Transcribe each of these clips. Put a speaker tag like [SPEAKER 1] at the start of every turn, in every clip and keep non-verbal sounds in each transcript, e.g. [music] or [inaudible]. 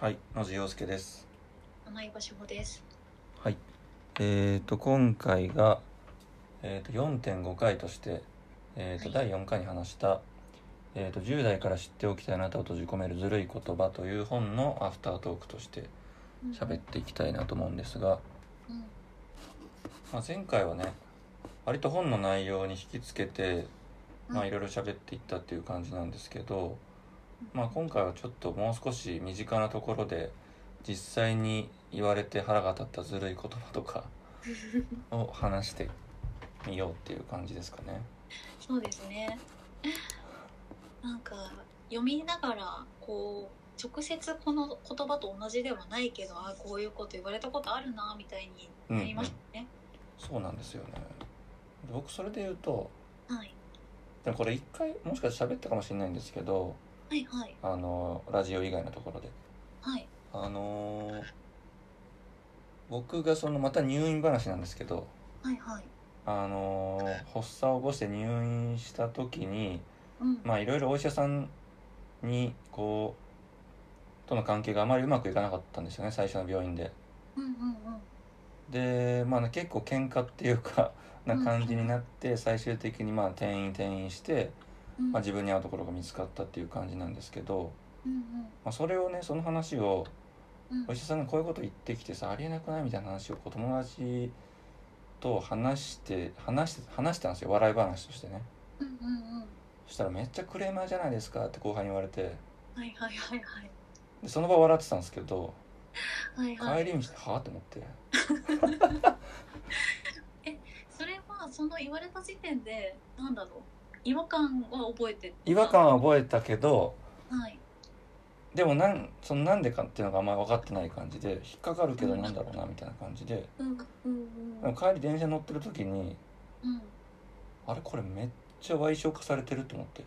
[SPEAKER 1] はい、野地洋介です。
[SPEAKER 2] 七井場志保です。
[SPEAKER 1] はい。えっ、と今回がえっ、と4.5回としてえっ、と、
[SPEAKER 2] はい
[SPEAKER 1] 第4回に話したえっ、と10代から知っておきたいあなたを閉じ込めるずるい言葉という本のアフタートークとして喋っていきたいなと思うんですが、
[SPEAKER 2] うん、
[SPEAKER 1] まあ前回はね、割と本の内容に引きつけてまあいろいろ喋っていったっていう感じなんですけど、まあ今回はちょっともう少し身近なところで実際に言われて腹が立ったずるい言葉とか。を話してみようっていう感じですかね。
[SPEAKER 2] [laughs] そうですね。なんか読みながらこう直接この言葉と同じではないけど、あこういうこと言われたことあるなみたいになりましたね。
[SPEAKER 1] そうなんですよね。僕それで言うと、
[SPEAKER 2] はい
[SPEAKER 1] でもこれ一回もしかして喋ったかもしれないんですけど、
[SPEAKER 2] はいはい
[SPEAKER 1] あのラジオ以外のところで、
[SPEAKER 2] はい
[SPEAKER 1] あの僕がそのまた入院話なんですけど、
[SPEAKER 2] はいはい。
[SPEAKER 1] あの発作を起こして入院した時に、
[SPEAKER 2] うん、
[SPEAKER 1] まあいろいろお医者さんにこうとの関係があまりうまくいかなかったんですよね。最初の病院で。
[SPEAKER 2] うんうん
[SPEAKER 1] で、まあ、結構喧嘩っていうか [laughs] な感じになって最終的にまあ転院転院して、
[SPEAKER 2] うんうん。
[SPEAKER 1] まあ、自分に合うところが見つかったっていう感じなんですけど、
[SPEAKER 2] うん
[SPEAKER 1] まあ、それをねその話を
[SPEAKER 2] うんうん
[SPEAKER 1] お医者さんがこういうこと言ってきてさありえなくないみたいな話をこう友達と話して話して話したんですよ笑い話としてね。
[SPEAKER 2] うんうんうん。
[SPEAKER 1] そしたらめっちゃクレーマーじゃないですかって後輩に言われて
[SPEAKER 2] はいはいはいはい
[SPEAKER 1] でその場笑ってたんですけど
[SPEAKER 2] はいはい。
[SPEAKER 1] 帰り道ではあと思って
[SPEAKER 2] それはその言われた時点でなんだろう違和感は覚えてた
[SPEAKER 1] 違和感は覚えたけど
[SPEAKER 2] はい
[SPEAKER 1] でもなんそのなんでかっていうのがあんまり分かってない感じで引っかかるけどなんだろうなみたいな感じで
[SPEAKER 2] うんうん
[SPEAKER 1] で
[SPEAKER 2] うん
[SPEAKER 1] も帰り電車乗ってる時に
[SPEAKER 2] うん
[SPEAKER 1] あれこれめっちゃ賠償化されてると思って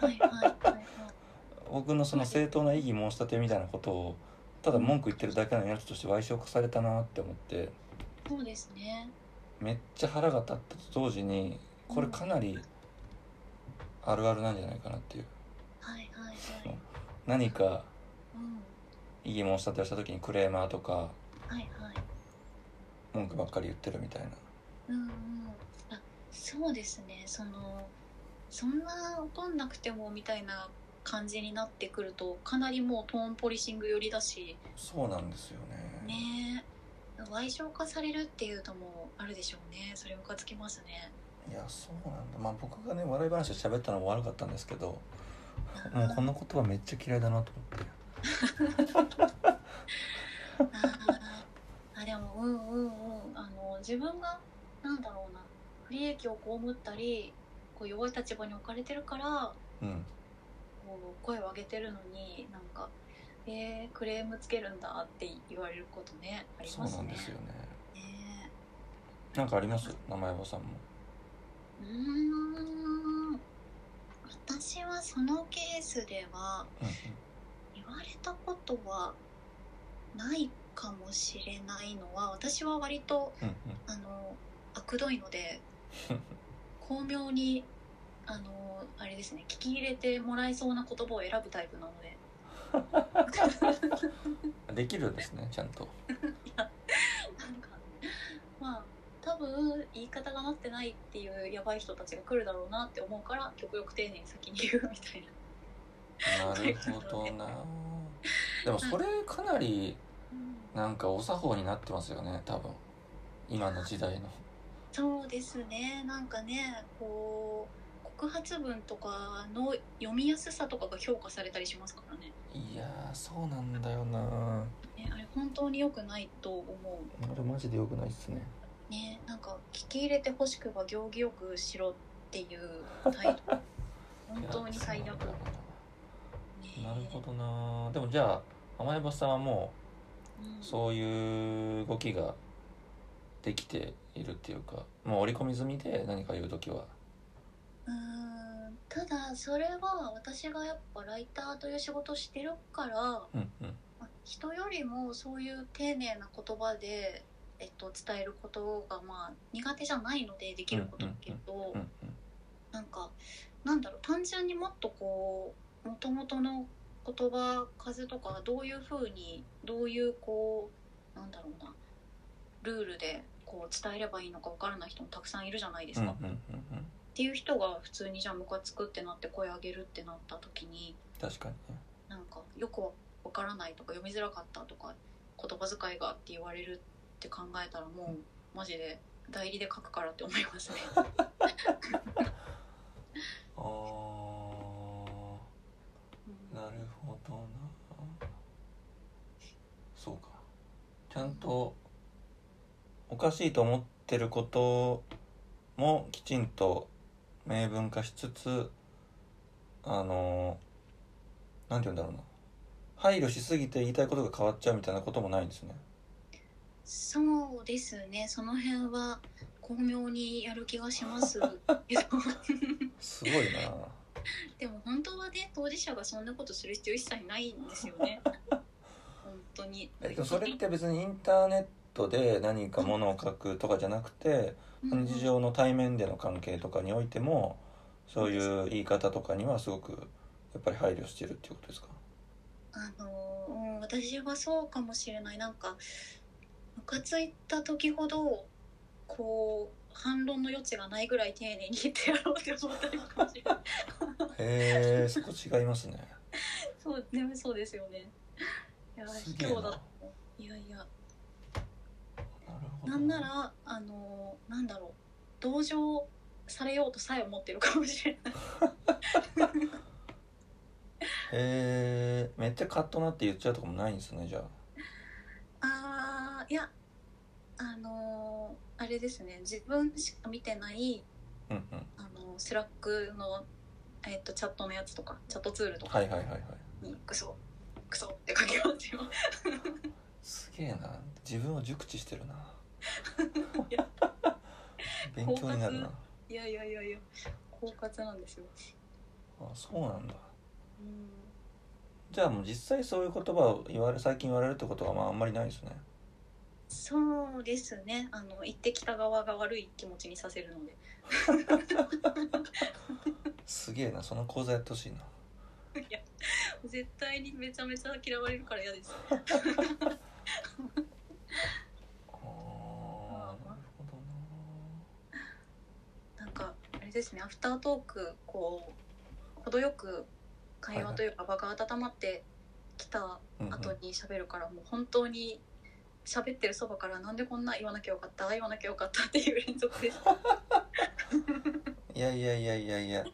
[SPEAKER 2] はいはいはいはい
[SPEAKER 1] 僕のその正当な異議申し立てみたいなことをただ文句言ってるだけのやつとして賠償化されたなって思って
[SPEAKER 2] そうですね
[SPEAKER 1] めっちゃ腹が立ったと同時にこれかなりあるあるなんじゃないかなっていう
[SPEAKER 2] はいはいはい
[SPEAKER 1] 何か
[SPEAKER 2] うん
[SPEAKER 1] 異議申し立てをした時にクレーマーとか
[SPEAKER 2] はいはい
[SPEAKER 1] 文句ばっかり言ってるみたいな
[SPEAKER 2] うんうんあそうですねそのそんな怒んなくてもみたいな感じになってくるとかなりもうトーンポリシング寄りだし
[SPEAKER 1] そうなんですよね
[SPEAKER 2] ねえ賠償化されるっていうのもあるでしょうねそれムカつきますね
[SPEAKER 1] いやそうなんだまあ僕がね笑い話を喋ったのも悪かったんですけどもうこの言葉めっちゃ嫌いだなと思って
[SPEAKER 2] あーあでもうんうんうんあの自分がなんだろうな不利益を被ったりこう弱い立場に置かれてるから
[SPEAKER 1] うん
[SPEAKER 2] こう声を上げてるのになんか「えー、クレームつけるんだ」って言われることねあり
[SPEAKER 1] そう
[SPEAKER 2] ます
[SPEAKER 1] なん
[SPEAKER 2] ね
[SPEAKER 1] ですよね。
[SPEAKER 2] ね
[SPEAKER 1] なんかあります名前坊さんも
[SPEAKER 2] うーん私はそのケースでは
[SPEAKER 1] うんうん
[SPEAKER 2] 言われたことはないかもしれないのは私は割と
[SPEAKER 1] うん
[SPEAKER 2] あの悪どいので巧妙にあのあれですね聞き入れてもらえそうな言葉を選ぶタイプなので
[SPEAKER 1] うんできるんですねちゃんと
[SPEAKER 2] なんかまあ多分言い方がなってないっていうやばい人たちが来るだろうなって思うから極力丁寧に先に言うみたいな。
[SPEAKER 1] なるほどなで
[SPEAKER 2] [laughs]
[SPEAKER 1] もそれかなりなんかお作法になってますよね多分今の時代の
[SPEAKER 2] そうですねなんかねこう告発文とかの読みやすさとかが評価されたりしますからね
[SPEAKER 1] いやーそうなんだよな
[SPEAKER 2] ねあれ本当に良くないと思う
[SPEAKER 1] あれマジで良くないっすね
[SPEAKER 2] ねなんか聞き入れてほしくば行儀よくしろっていう態
[SPEAKER 1] [laughs]
[SPEAKER 2] 度本当に最
[SPEAKER 1] い
[SPEAKER 2] 悪ね
[SPEAKER 1] やそうなんだよななるほどなでもじゃあ甘えばさんはもう
[SPEAKER 2] うん
[SPEAKER 1] そういう動きができているっていうかもう織り込み済みで何か言う時は
[SPEAKER 2] うーんただそれは私がやっぱライターという仕事をしてるから
[SPEAKER 1] うんうん
[SPEAKER 2] まあ人よりもそういう丁寧な言葉で、えっと、伝えることがまあ苦手じゃないのでできることだけど、
[SPEAKER 1] うん
[SPEAKER 2] なんかなんだろう単純にもっとこうもともとの言葉数とかどういうふうにどういうこうなんだろうなルールでこう伝えればいいのか分からない人もたくさんいるじゃないです
[SPEAKER 1] うん
[SPEAKER 2] か。
[SPEAKER 1] うん
[SPEAKER 2] っ
[SPEAKER 1] うんうん
[SPEAKER 2] ていう人が普通にじゃあムカつくってなって声上げるってなった時に
[SPEAKER 1] 確かにね
[SPEAKER 2] なんかよく分からないとか読みづらかったとか言葉遣いがって言われるって考えたらもうマジで代理で書くからって思います
[SPEAKER 1] [laughs]
[SPEAKER 2] ね。
[SPEAKER 1] あー
[SPEAKER 2] うん
[SPEAKER 1] なるほどなそうかちゃんとおかしいと思ってることもきちんと明文化しつつあのなんて言うんだろうな配慮しすぎて言いたいことが変わっちゃうみたいなこともないんですね
[SPEAKER 2] そうですねその辺は巧妙にやる気がし
[SPEAKER 1] [laughs]
[SPEAKER 2] ますけど
[SPEAKER 1] すごいな
[SPEAKER 2] [laughs] でも本当はね当事者がそんなことする必要一切ないんですよね本当に
[SPEAKER 1] [laughs] えでもそれって別にインターネットで何かものを書くとかじゃなくて日常の対面での関係とかにおいてもそういう言い方とかにはすごくやっぱり配慮してるっていうことですか
[SPEAKER 2] あのうん、私はそうかもしれないなんかムカついた時ほどこう反論の余地がないぐらい丁寧に言ってやろうって思ったりかもしれ
[SPEAKER 1] [laughs]
[SPEAKER 2] ない
[SPEAKER 1] へえ少し違いますね
[SPEAKER 2] そうでもそうですよねいや
[SPEAKER 1] す
[SPEAKER 2] 卑
[SPEAKER 1] げえな
[SPEAKER 2] 怯
[SPEAKER 1] な
[SPEAKER 2] だ
[SPEAKER 1] る
[SPEAKER 2] いやいや
[SPEAKER 1] ほど
[SPEAKER 2] なんならあのなんだろう同情されようとさえ思ってるかもしれない
[SPEAKER 1] へえめっちゃカッとなって言っちゃうとかもないんですねじゃあ
[SPEAKER 2] あーいやあのあれですね自分しか見てない
[SPEAKER 1] うんうん
[SPEAKER 2] あのスラックの、えっとチャットのやつとかチャットツールとか
[SPEAKER 1] はいはいはいはい
[SPEAKER 2] にクソクソって書きますよ。 [laughs]
[SPEAKER 1] すげえな自分を熟知してる
[SPEAKER 2] [laughs]
[SPEAKER 1] ない
[SPEAKER 2] や
[SPEAKER 1] 勉強にな
[SPEAKER 2] [laughs]
[SPEAKER 1] るない
[SPEAKER 2] やいやいやいや狡猾なんですよ。
[SPEAKER 1] あそうなんだ
[SPEAKER 2] うん
[SPEAKER 1] じゃあもう実際そういう言葉を言われ最近言われるってことはまああんまりないですね
[SPEAKER 2] そうですねあの行ってきた側が悪い気持ちにさせるのです
[SPEAKER 1] げえなその講座やってほしいな
[SPEAKER 2] 絶対にめちゃめちゃ嫌われるから嫌です。
[SPEAKER 1] あーなるほど
[SPEAKER 2] なんかあれですねアフタートークこう程よく会話というか場が温まってきた
[SPEAKER 1] なうんうん
[SPEAKER 2] 後に喋るからもう本当に喋ってるそばからなんでこんな言わなきゃよかったああ言わなきゃよかったっていう連続です
[SPEAKER 1] いやいやいやいやいや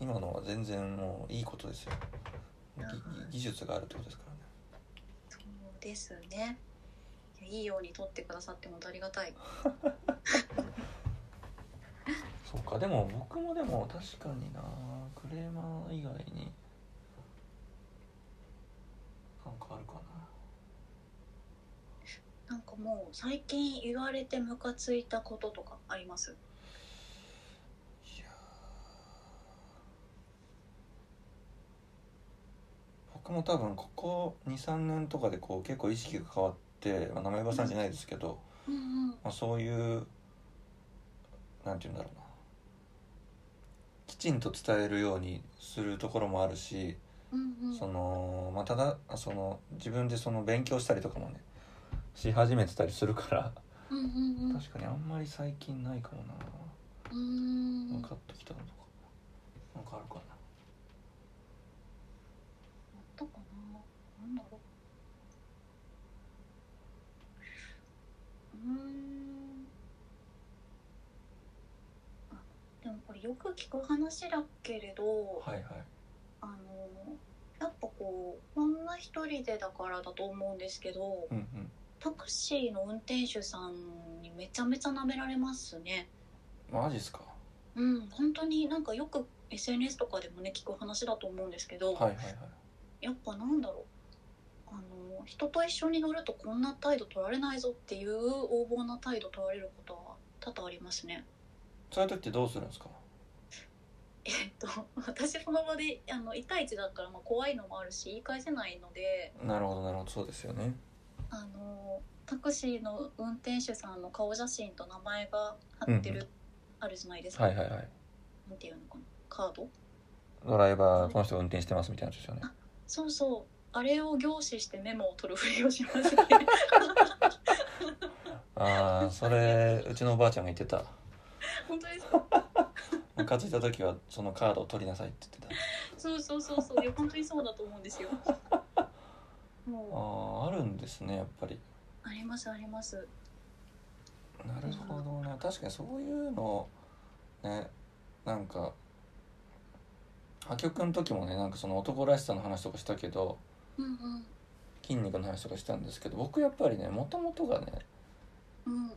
[SPEAKER 1] 今のは全然もういいことですよぎ技術があるってことですからね
[SPEAKER 2] そうですねいやいいように撮ってくださって本当ありがたい
[SPEAKER 1] そうかでも僕もでも確かになクレーマー以外になんかあるかな
[SPEAKER 2] なんかもう最近言われてムカついたこととかあります
[SPEAKER 1] いやー僕も多分ここ23年とかでこう結構意識が変わって、まあ、名前ばさんじゃないですけど、
[SPEAKER 2] うんうん
[SPEAKER 1] まあ、そういうなんて言うんだろうなきちんと伝えるようにするところもあるし、
[SPEAKER 2] うんうん
[SPEAKER 1] そのまあ、ただその自分でその勉強したりとかもねし始めてたりするから
[SPEAKER 2] うんうん
[SPEAKER 1] 確かにあんまり最近ないかもな。
[SPEAKER 2] うんうん
[SPEAKER 1] 分かってきたのとかなんかあるかな
[SPEAKER 2] あったかな。なんだろう。うーん。あ、でもこれよく聞く話だけれど、
[SPEAKER 1] はいはい
[SPEAKER 2] あの。やっぱこう、こんな一人でだからだと思うんですけど
[SPEAKER 1] う、んうん
[SPEAKER 2] タクシーの運転手さんにめちゃめちゃ舐められますね。
[SPEAKER 1] マジっすか
[SPEAKER 2] うん、本当になんかよく SNS とかでもね聞く話だと思うんですけど、
[SPEAKER 1] はいはいはい
[SPEAKER 2] やっぱなんだろうあの人と一緒に乗るとこんな態度取られないぞっていう横暴な態度取られることは多々ありますね。 [laughs]
[SPEAKER 1] そういう時ってどうするんですか
[SPEAKER 2] えっと私その場であの1対1だからまあ怖いのもあるし言い返せないので
[SPEAKER 1] なるほどなるほどそうですよね
[SPEAKER 2] あのタクシーの運転手さんの顔写真と名前が貼ってる、
[SPEAKER 1] うん
[SPEAKER 2] あるじゃないですか、
[SPEAKER 1] はいはいはい
[SPEAKER 2] なんていうのかなカード
[SPEAKER 1] ドライバーこの人が運転してますみたいなやつですよね
[SPEAKER 2] そうそうあれを凝視してメモを取るふりをしますね
[SPEAKER 1] [laughs] ああそれうちのおばあちゃんが言ってた
[SPEAKER 2] 本当ですか
[SPEAKER 1] ムカついた時はそのカードを取りなさいって言ってた
[SPEAKER 2] そうそうそうそういや本当にそうだと思うんですよ
[SPEAKER 1] あ
[SPEAKER 2] も
[SPEAKER 1] ああるんですねやっぱり
[SPEAKER 2] うありますあります
[SPEAKER 1] なるほどね確かにそういうのねなんか破局の時もねなんかその男らしさの話とかしたけど
[SPEAKER 2] うんうん
[SPEAKER 1] 筋肉の話とかしたんですけど僕やっぱりねもともとがね
[SPEAKER 2] うんうん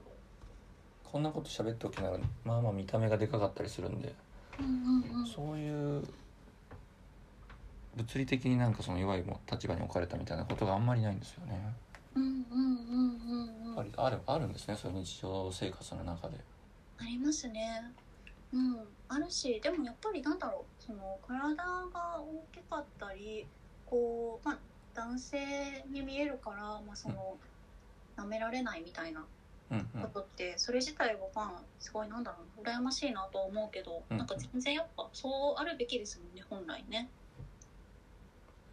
[SPEAKER 1] こんなこと喋っておきながらまあまあ見た目がでかかったりするんで
[SPEAKER 2] うんうん
[SPEAKER 1] そういう物理的になんかその弱いも立場に置かれたみたいなことがあんまりないんですよね。
[SPEAKER 2] うんうんうんうんうん
[SPEAKER 1] やっぱりあるあるんですねそういう日常生活の中で。
[SPEAKER 2] ありますね。うん、あるしでもやっぱりなんだろうその体が大きかったりこう、まあ、男性に見えるから、まあ、その舐められないみたいな
[SPEAKER 1] うんうん、
[SPEAKER 2] ことって、それ自体はまあすごいなんだろう羨ましいなとは思うけど、
[SPEAKER 1] うん
[SPEAKER 2] なんか全然やっぱそうあるべきですもんね本来ね。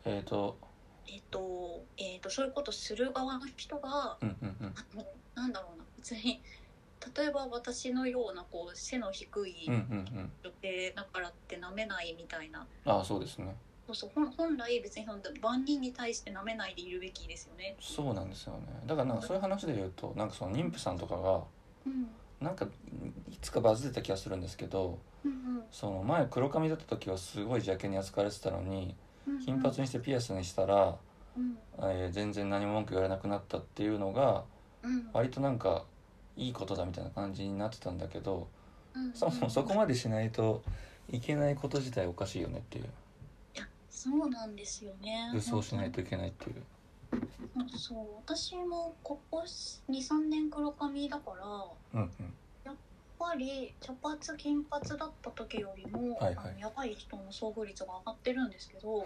[SPEAKER 1] えっ、と
[SPEAKER 2] えっとえっとそういうことする側の人が
[SPEAKER 1] うんうんうん
[SPEAKER 2] あのなんだろうな別に例えば私のようなこう背の低い、
[SPEAKER 1] うんうんうん
[SPEAKER 2] 女性だからって舐めないみたいな
[SPEAKER 1] ああそうですね
[SPEAKER 2] そうそう本本来別にその万人に対して舐めないでいるべきですよね。
[SPEAKER 1] そうなんですよねだからなんかそういう話で言うとなんかその妊婦さんとかが
[SPEAKER 2] うん
[SPEAKER 1] なんかいつかバズってた気がするんですけど
[SPEAKER 2] うん
[SPEAKER 1] その前黒髪だった時はすごい邪気に扱われてたのに
[SPEAKER 2] うん
[SPEAKER 1] 金髪にしてピアスにしたら、
[SPEAKER 2] うん
[SPEAKER 1] えー全然何も文句言われなくなったっていうのが
[SPEAKER 2] うん
[SPEAKER 1] 割となんかいいことだみたいな感じになってたんだけど
[SPEAKER 2] うん
[SPEAKER 1] そもそもそこまでしないといけないこと自体おかしいよねっていう
[SPEAKER 2] いやそうなんですよね。
[SPEAKER 1] 予想しないといけないっていう
[SPEAKER 2] そうそう私もここ二三年黒髪だからやっ
[SPEAKER 1] うん
[SPEAKER 2] ぱり茶髪金髪だった時よりも、
[SPEAKER 1] はいはい
[SPEAKER 2] あのやばい人の遭遇率が上がってるんですけど。
[SPEAKER 1] うん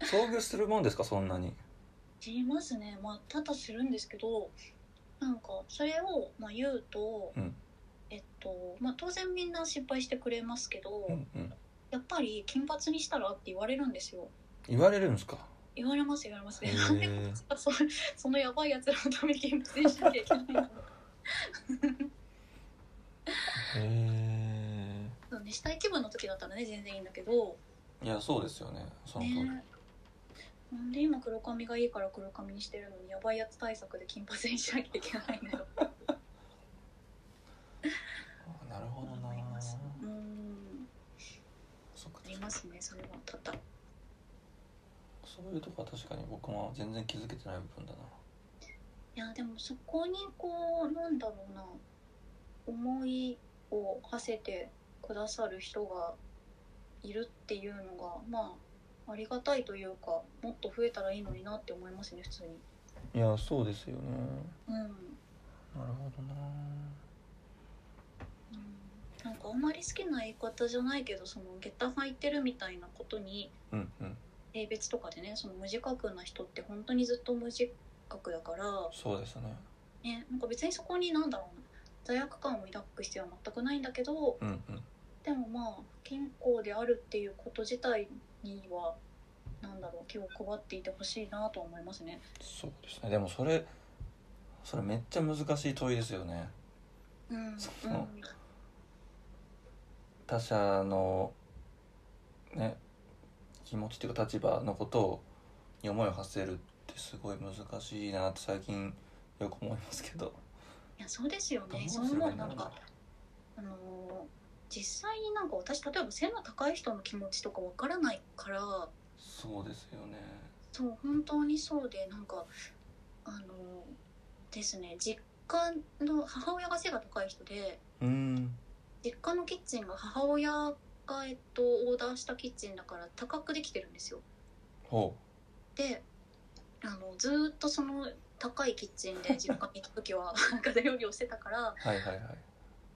[SPEAKER 1] 遭遇するもんですかそんなに
[SPEAKER 2] 知りますねまあ多々するんですけどなんかそれをまあ言うと、
[SPEAKER 1] うん
[SPEAKER 2] えっとまあ当然みんな失敗してくれますけど、
[SPEAKER 1] うんうん
[SPEAKER 2] やっぱり金髪にしたらって言われるんですよ
[SPEAKER 1] 言われるんですか
[SPEAKER 2] 言われます言われます
[SPEAKER 1] へ
[SPEAKER 2] ね
[SPEAKER 1] ー
[SPEAKER 2] なんでこいつが [laughs] そそのやばいやつらのために金髪にしなきゃいけないの
[SPEAKER 1] へえ
[SPEAKER 2] [laughs] そうね死体気分の時だったらね全然いいんだけど
[SPEAKER 1] いやそうですよねその通り、
[SPEAKER 2] ねなんで今黒髪がいいから黒髪にしてるのにやばいやつ対策で金髪にしなきゃいけないのよ
[SPEAKER 1] あなる
[SPEAKER 2] [laughs]
[SPEAKER 1] ほどな
[SPEAKER 2] 思いますうん
[SPEAKER 1] そっか
[SPEAKER 2] ありますねそれは多々
[SPEAKER 1] そういうとこは確かに僕も全然気づけてない部分だない
[SPEAKER 2] やでもそこにこうなんだろうな思いを馳せてくださる人がいるっていうのがまあありがたいというかもっと増えたらいいのになって思いますね普通に。
[SPEAKER 1] いやそうですよね
[SPEAKER 2] うんうん、
[SPEAKER 1] なるほどな
[SPEAKER 2] なんかあんまり好きな言い方じゃないけどその下駄履いてるみたいなことに
[SPEAKER 1] うんうん
[SPEAKER 2] 性別とかでねその無自覚な人って本当にずっと無自覚だから。
[SPEAKER 1] そうですね
[SPEAKER 2] ね、なんか別にそこになんだろうな罪悪感を抱く必要は全くないんだけど
[SPEAKER 1] うんうん
[SPEAKER 2] でもまあ不健康であるっていうこと自体にはなんだろう気を配っていてほしいなとは思いますね。
[SPEAKER 1] そうですねでもそれそれめっちゃ難しい問いですよね
[SPEAKER 2] うん、、
[SPEAKER 1] そううん他者のね気持ちっていうか立場のことをに思いを馳せるってすごい難しいなって最近よく思いますけど
[SPEAKER 2] いやそうですよね。そう
[SPEAKER 1] すれば
[SPEAKER 2] 思
[SPEAKER 1] いいう
[SPEAKER 2] なんか
[SPEAKER 1] ろ
[SPEAKER 2] あのー実際になんか私例えば背の高い人の気持ちとかわからないから
[SPEAKER 1] そうですよね
[SPEAKER 2] そう本当にそうでなんかあのーですね実家の母親が背が高い人で。
[SPEAKER 1] うん
[SPEAKER 2] 実家のキッチンが母親が、えっと、オーダーしたキッチンだから高くできてるんですよ
[SPEAKER 1] ほ
[SPEAKER 2] であのずーっとその高いキッチンで実家にいた時は [laughs] なんか料理をしてたから
[SPEAKER 1] うはいはいはい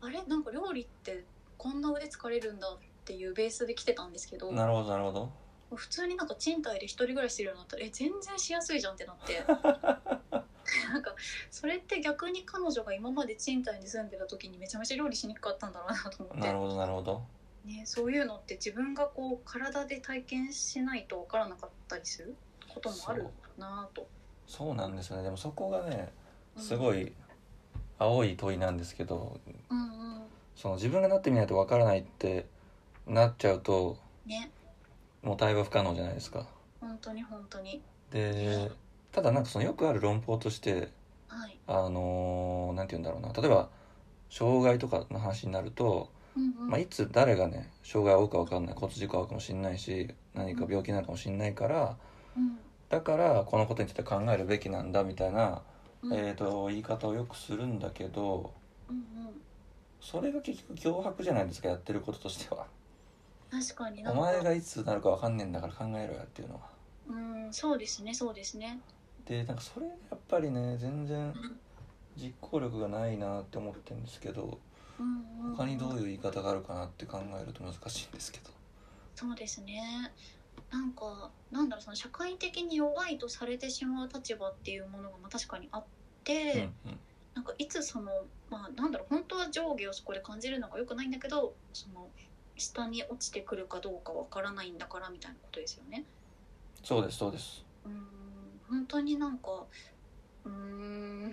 [SPEAKER 2] あれなんか料理ってこんな腕疲れるんだっていうベースで来てたんですけど
[SPEAKER 1] なるほどなるほど
[SPEAKER 2] 普通になんか賃貸で一人暮らししてるようになったらえ全然しやすいじゃんってなって
[SPEAKER 1] [laughs]
[SPEAKER 2] なんかそれって逆に彼女が今まで賃貸に住んでた時にめちゃめちゃ料理しにくかったんだろうなと思って
[SPEAKER 1] なるほどなるほど
[SPEAKER 2] ね、そういうのって自分がこう体で体験しないと分からなかったりすることもあるなぁと。
[SPEAKER 1] そうなんですよねでもそこがね
[SPEAKER 2] うん
[SPEAKER 1] すごい青い問いなんですけど
[SPEAKER 2] うんうん
[SPEAKER 1] その自分がなってみないとわからないってなっちゃうと
[SPEAKER 2] ね
[SPEAKER 1] もう対話不可能じゃないですか。
[SPEAKER 2] 本当に本当に。
[SPEAKER 1] でただなんかそのよくある論法として
[SPEAKER 2] はい。
[SPEAKER 1] あのーなんて言うんだろうな例えば障害とかの話になると、
[SPEAKER 2] うんうん。
[SPEAKER 1] まあ、いつ誰がね障害を負うかわかんない交通事故を負うかもしれないし何か病気になるかもしれないから
[SPEAKER 2] うん
[SPEAKER 1] だからこのことについて考えるべきなんだみたいな、
[SPEAKER 2] うん
[SPEAKER 1] えー、と言い方をよくするんだけど
[SPEAKER 2] うんうん。
[SPEAKER 1] それが結局脅迫じゃないですかやってることとしては。
[SPEAKER 2] 確かにな
[SPEAKER 1] お
[SPEAKER 2] んか
[SPEAKER 1] 前がいつなるかわかんねえんだから考えろやっていうのは。
[SPEAKER 2] うんそうですねそうですね。
[SPEAKER 1] でなんかそれやっぱりね全然
[SPEAKER 2] うん
[SPEAKER 1] 実行力がないなって思ってるんですけど
[SPEAKER 2] うんうん。
[SPEAKER 1] 他にどういう言い方があるかなって考えると難しいんですけど。
[SPEAKER 2] そうですね。なんかなんだろうその社会的に弱いとされてしまう立場っていうものがまあ確かにあって。
[SPEAKER 1] うんうん
[SPEAKER 2] なんかいつそのまあなんだろう本当は上下をそこで感じるのが良くないんだけどその下に落ちてくるかどうかわからないんだからみたいなことですよね。
[SPEAKER 1] そうですそうです
[SPEAKER 2] うーん本当になんかうーん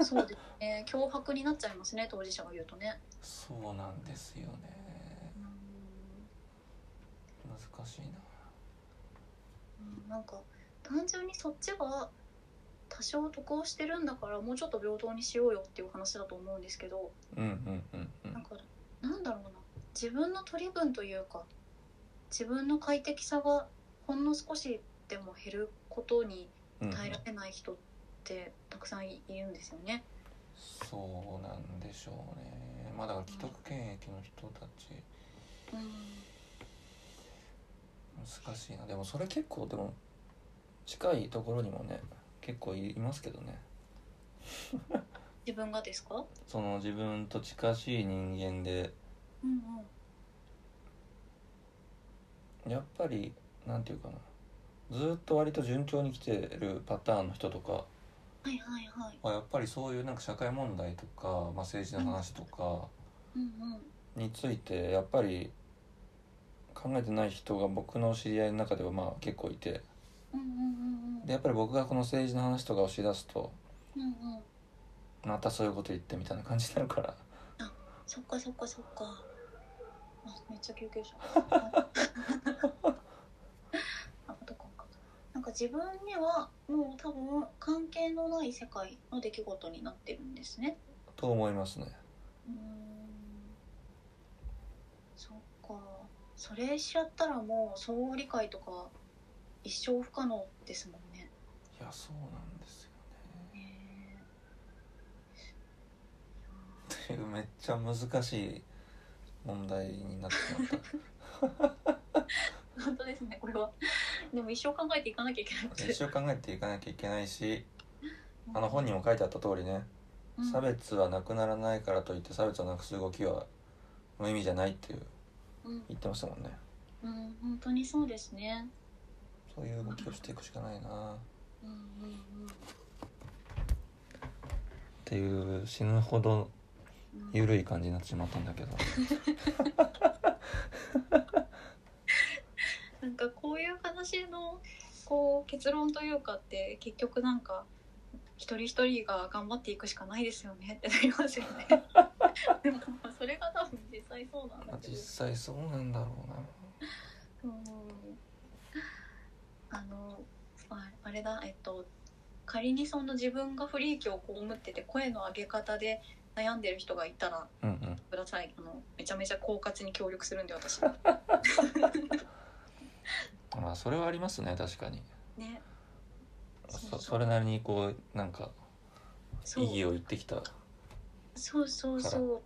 [SPEAKER 2] そうですね脅迫になっちゃいますね当事者が言うとね。
[SPEAKER 1] そうなんですよね
[SPEAKER 2] うーん
[SPEAKER 1] 難しいな
[SPEAKER 2] うんなんか単純にそっちが多少得をしてるんだからもうちょっと平等にしようよっていう話だと思うんですけど。
[SPEAKER 1] うんうんうんう
[SPEAKER 2] なん
[SPEAKER 1] ん
[SPEAKER 2] かなんだろうな自分の取り分というか自分の快適さがほんの少しでも減ることに
[SPEAKER 1] うん
[SPEAKER 2] 耐えられない人ってたくさんいいるんですよね。
[SPEAKER 1] そうなんでしょうねまあだから既得権益の人たち
[SPEAKER 2] うん
[SPEAKER 1] 難しいなでもそれ結構でも近いところにもね結構いますけどね
[SPEAKER 2] 自分がですか、
[SPEAKER 1] その自分と近しい人間で
[SPEAKER 2] うんうん、
[SPEAKER 1] やっぱりなんていうかなずーっと割と順調に来てるパターンの人とか
[SPEAKER 2] はいはいはい。
[SPEAKER 1] はやっぱりそういうなんか社会問題とか、まあ、政治の話とか
[SPEAKER 2] うんうん
[SPEAKER 1] についてやっぱり考えてない人が僕の知り合いの中ではまあ結構いて
[SPEAKER 2] うんうんうんうん
[SPEAKER 1] でやっぱり僕がこの政治の話とかをしだすと
[SPEAKER 2] うんうん
[SPEAKER 1] またそういうこと言ってみたいな感じになるから
[SPEAKER 2] そっかそっかそっか。あ、めっちゃ救急 [laughs] 車。あ、音か音か。なんか自分にはもう多分関係のない世界の出来事になってるんですね。
[SPEAKER 1] と思いますね。
[SPEAKER 2] うーん。そっか。それしちゃったらもう相互理解とか一生不可能ですもんね。
[SPEAKER 1] いやそうなんですよね。
[SPEAKER 2] ね
[SPEAKER 1] っていう [laughs] めっちゃ難しい問題になってしまった。
[SPEAKER 2] え本当ですね。これはでも一生考えていかなきゃいけないことで
[SPEAKER 1] 一
[SPEAKER 2] す。
[SPEAKER 1] 生考えていかなきゃいけないしあの本にも書いてあった通りね
[SPEAKER 2] うん
[SPEAKER 1] 差別はなくならないからといって差別をなくす動きは無意味じゃないっていう
[SPEAKER 2] うん
[SPEAKER 1] 言ってましたもんね
[SPEAKER 2] うん、本当にそうですね。
[SPEAKER 1] そういう動きをしていくしかないなっ
[SPEAKER 2] うんうん
[SPEAKER 1] ていう死ぬほど
[SPEAKER 2] うんうん。
[SPEAKER 1] 緩い感じになってしまったんだけど
[SPEAKER 2] なんかこういう話のこう結論というかって結局なんか一人一人が頑張っていくしかないですよねってなりますよ [laughs] ね。でもまあそれが多分実際そうなんだけど
[SPEAKER 1] 実。際そうなんだろうな
[SPEAKER 2] うん。あのああれだえっと仮にその自分が不利益を被ってて声の上げ方で悩んでる人がいたら
[SPEAKER 1] うんうん
[SPEAKER 2] くださいあのめちゃめちゃ狡猾に協力するんで私。
[SPEAKER 1] まあそれはありますね確かに
[SPEAKER 2] ね。
[SPEAKER 1] そそれなりにこうなんか
[SPEAKER 2] そう
[SPEAKER 1] 意義を言ってきた
[SPEAKER 2] そうそうそう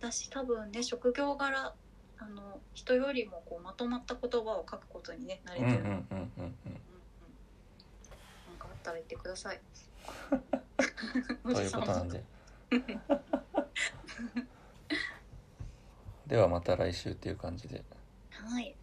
[SPEAKER 2] 私多分ね職業柄あの人よりもこうまとまった言葉を書くことにね慣れ
[SPEAKER 1] うん
[SPEAKER 2] て
[SPEAKER 1] うんう
[SPEAKER 2] る、
[SPEAKER 1] ん
[SPEAKER 2] うんうん、
[SPEAKER 1] うん
[SPEAKER 2] なんかあったら言ってく
[SPEAKER 1] [laughs]
[SPEAKER 2] ださい
[SPEAKER 1] うんということなんで [laughs] ではまた来週っていう感じで
[SPEAKER 2] はい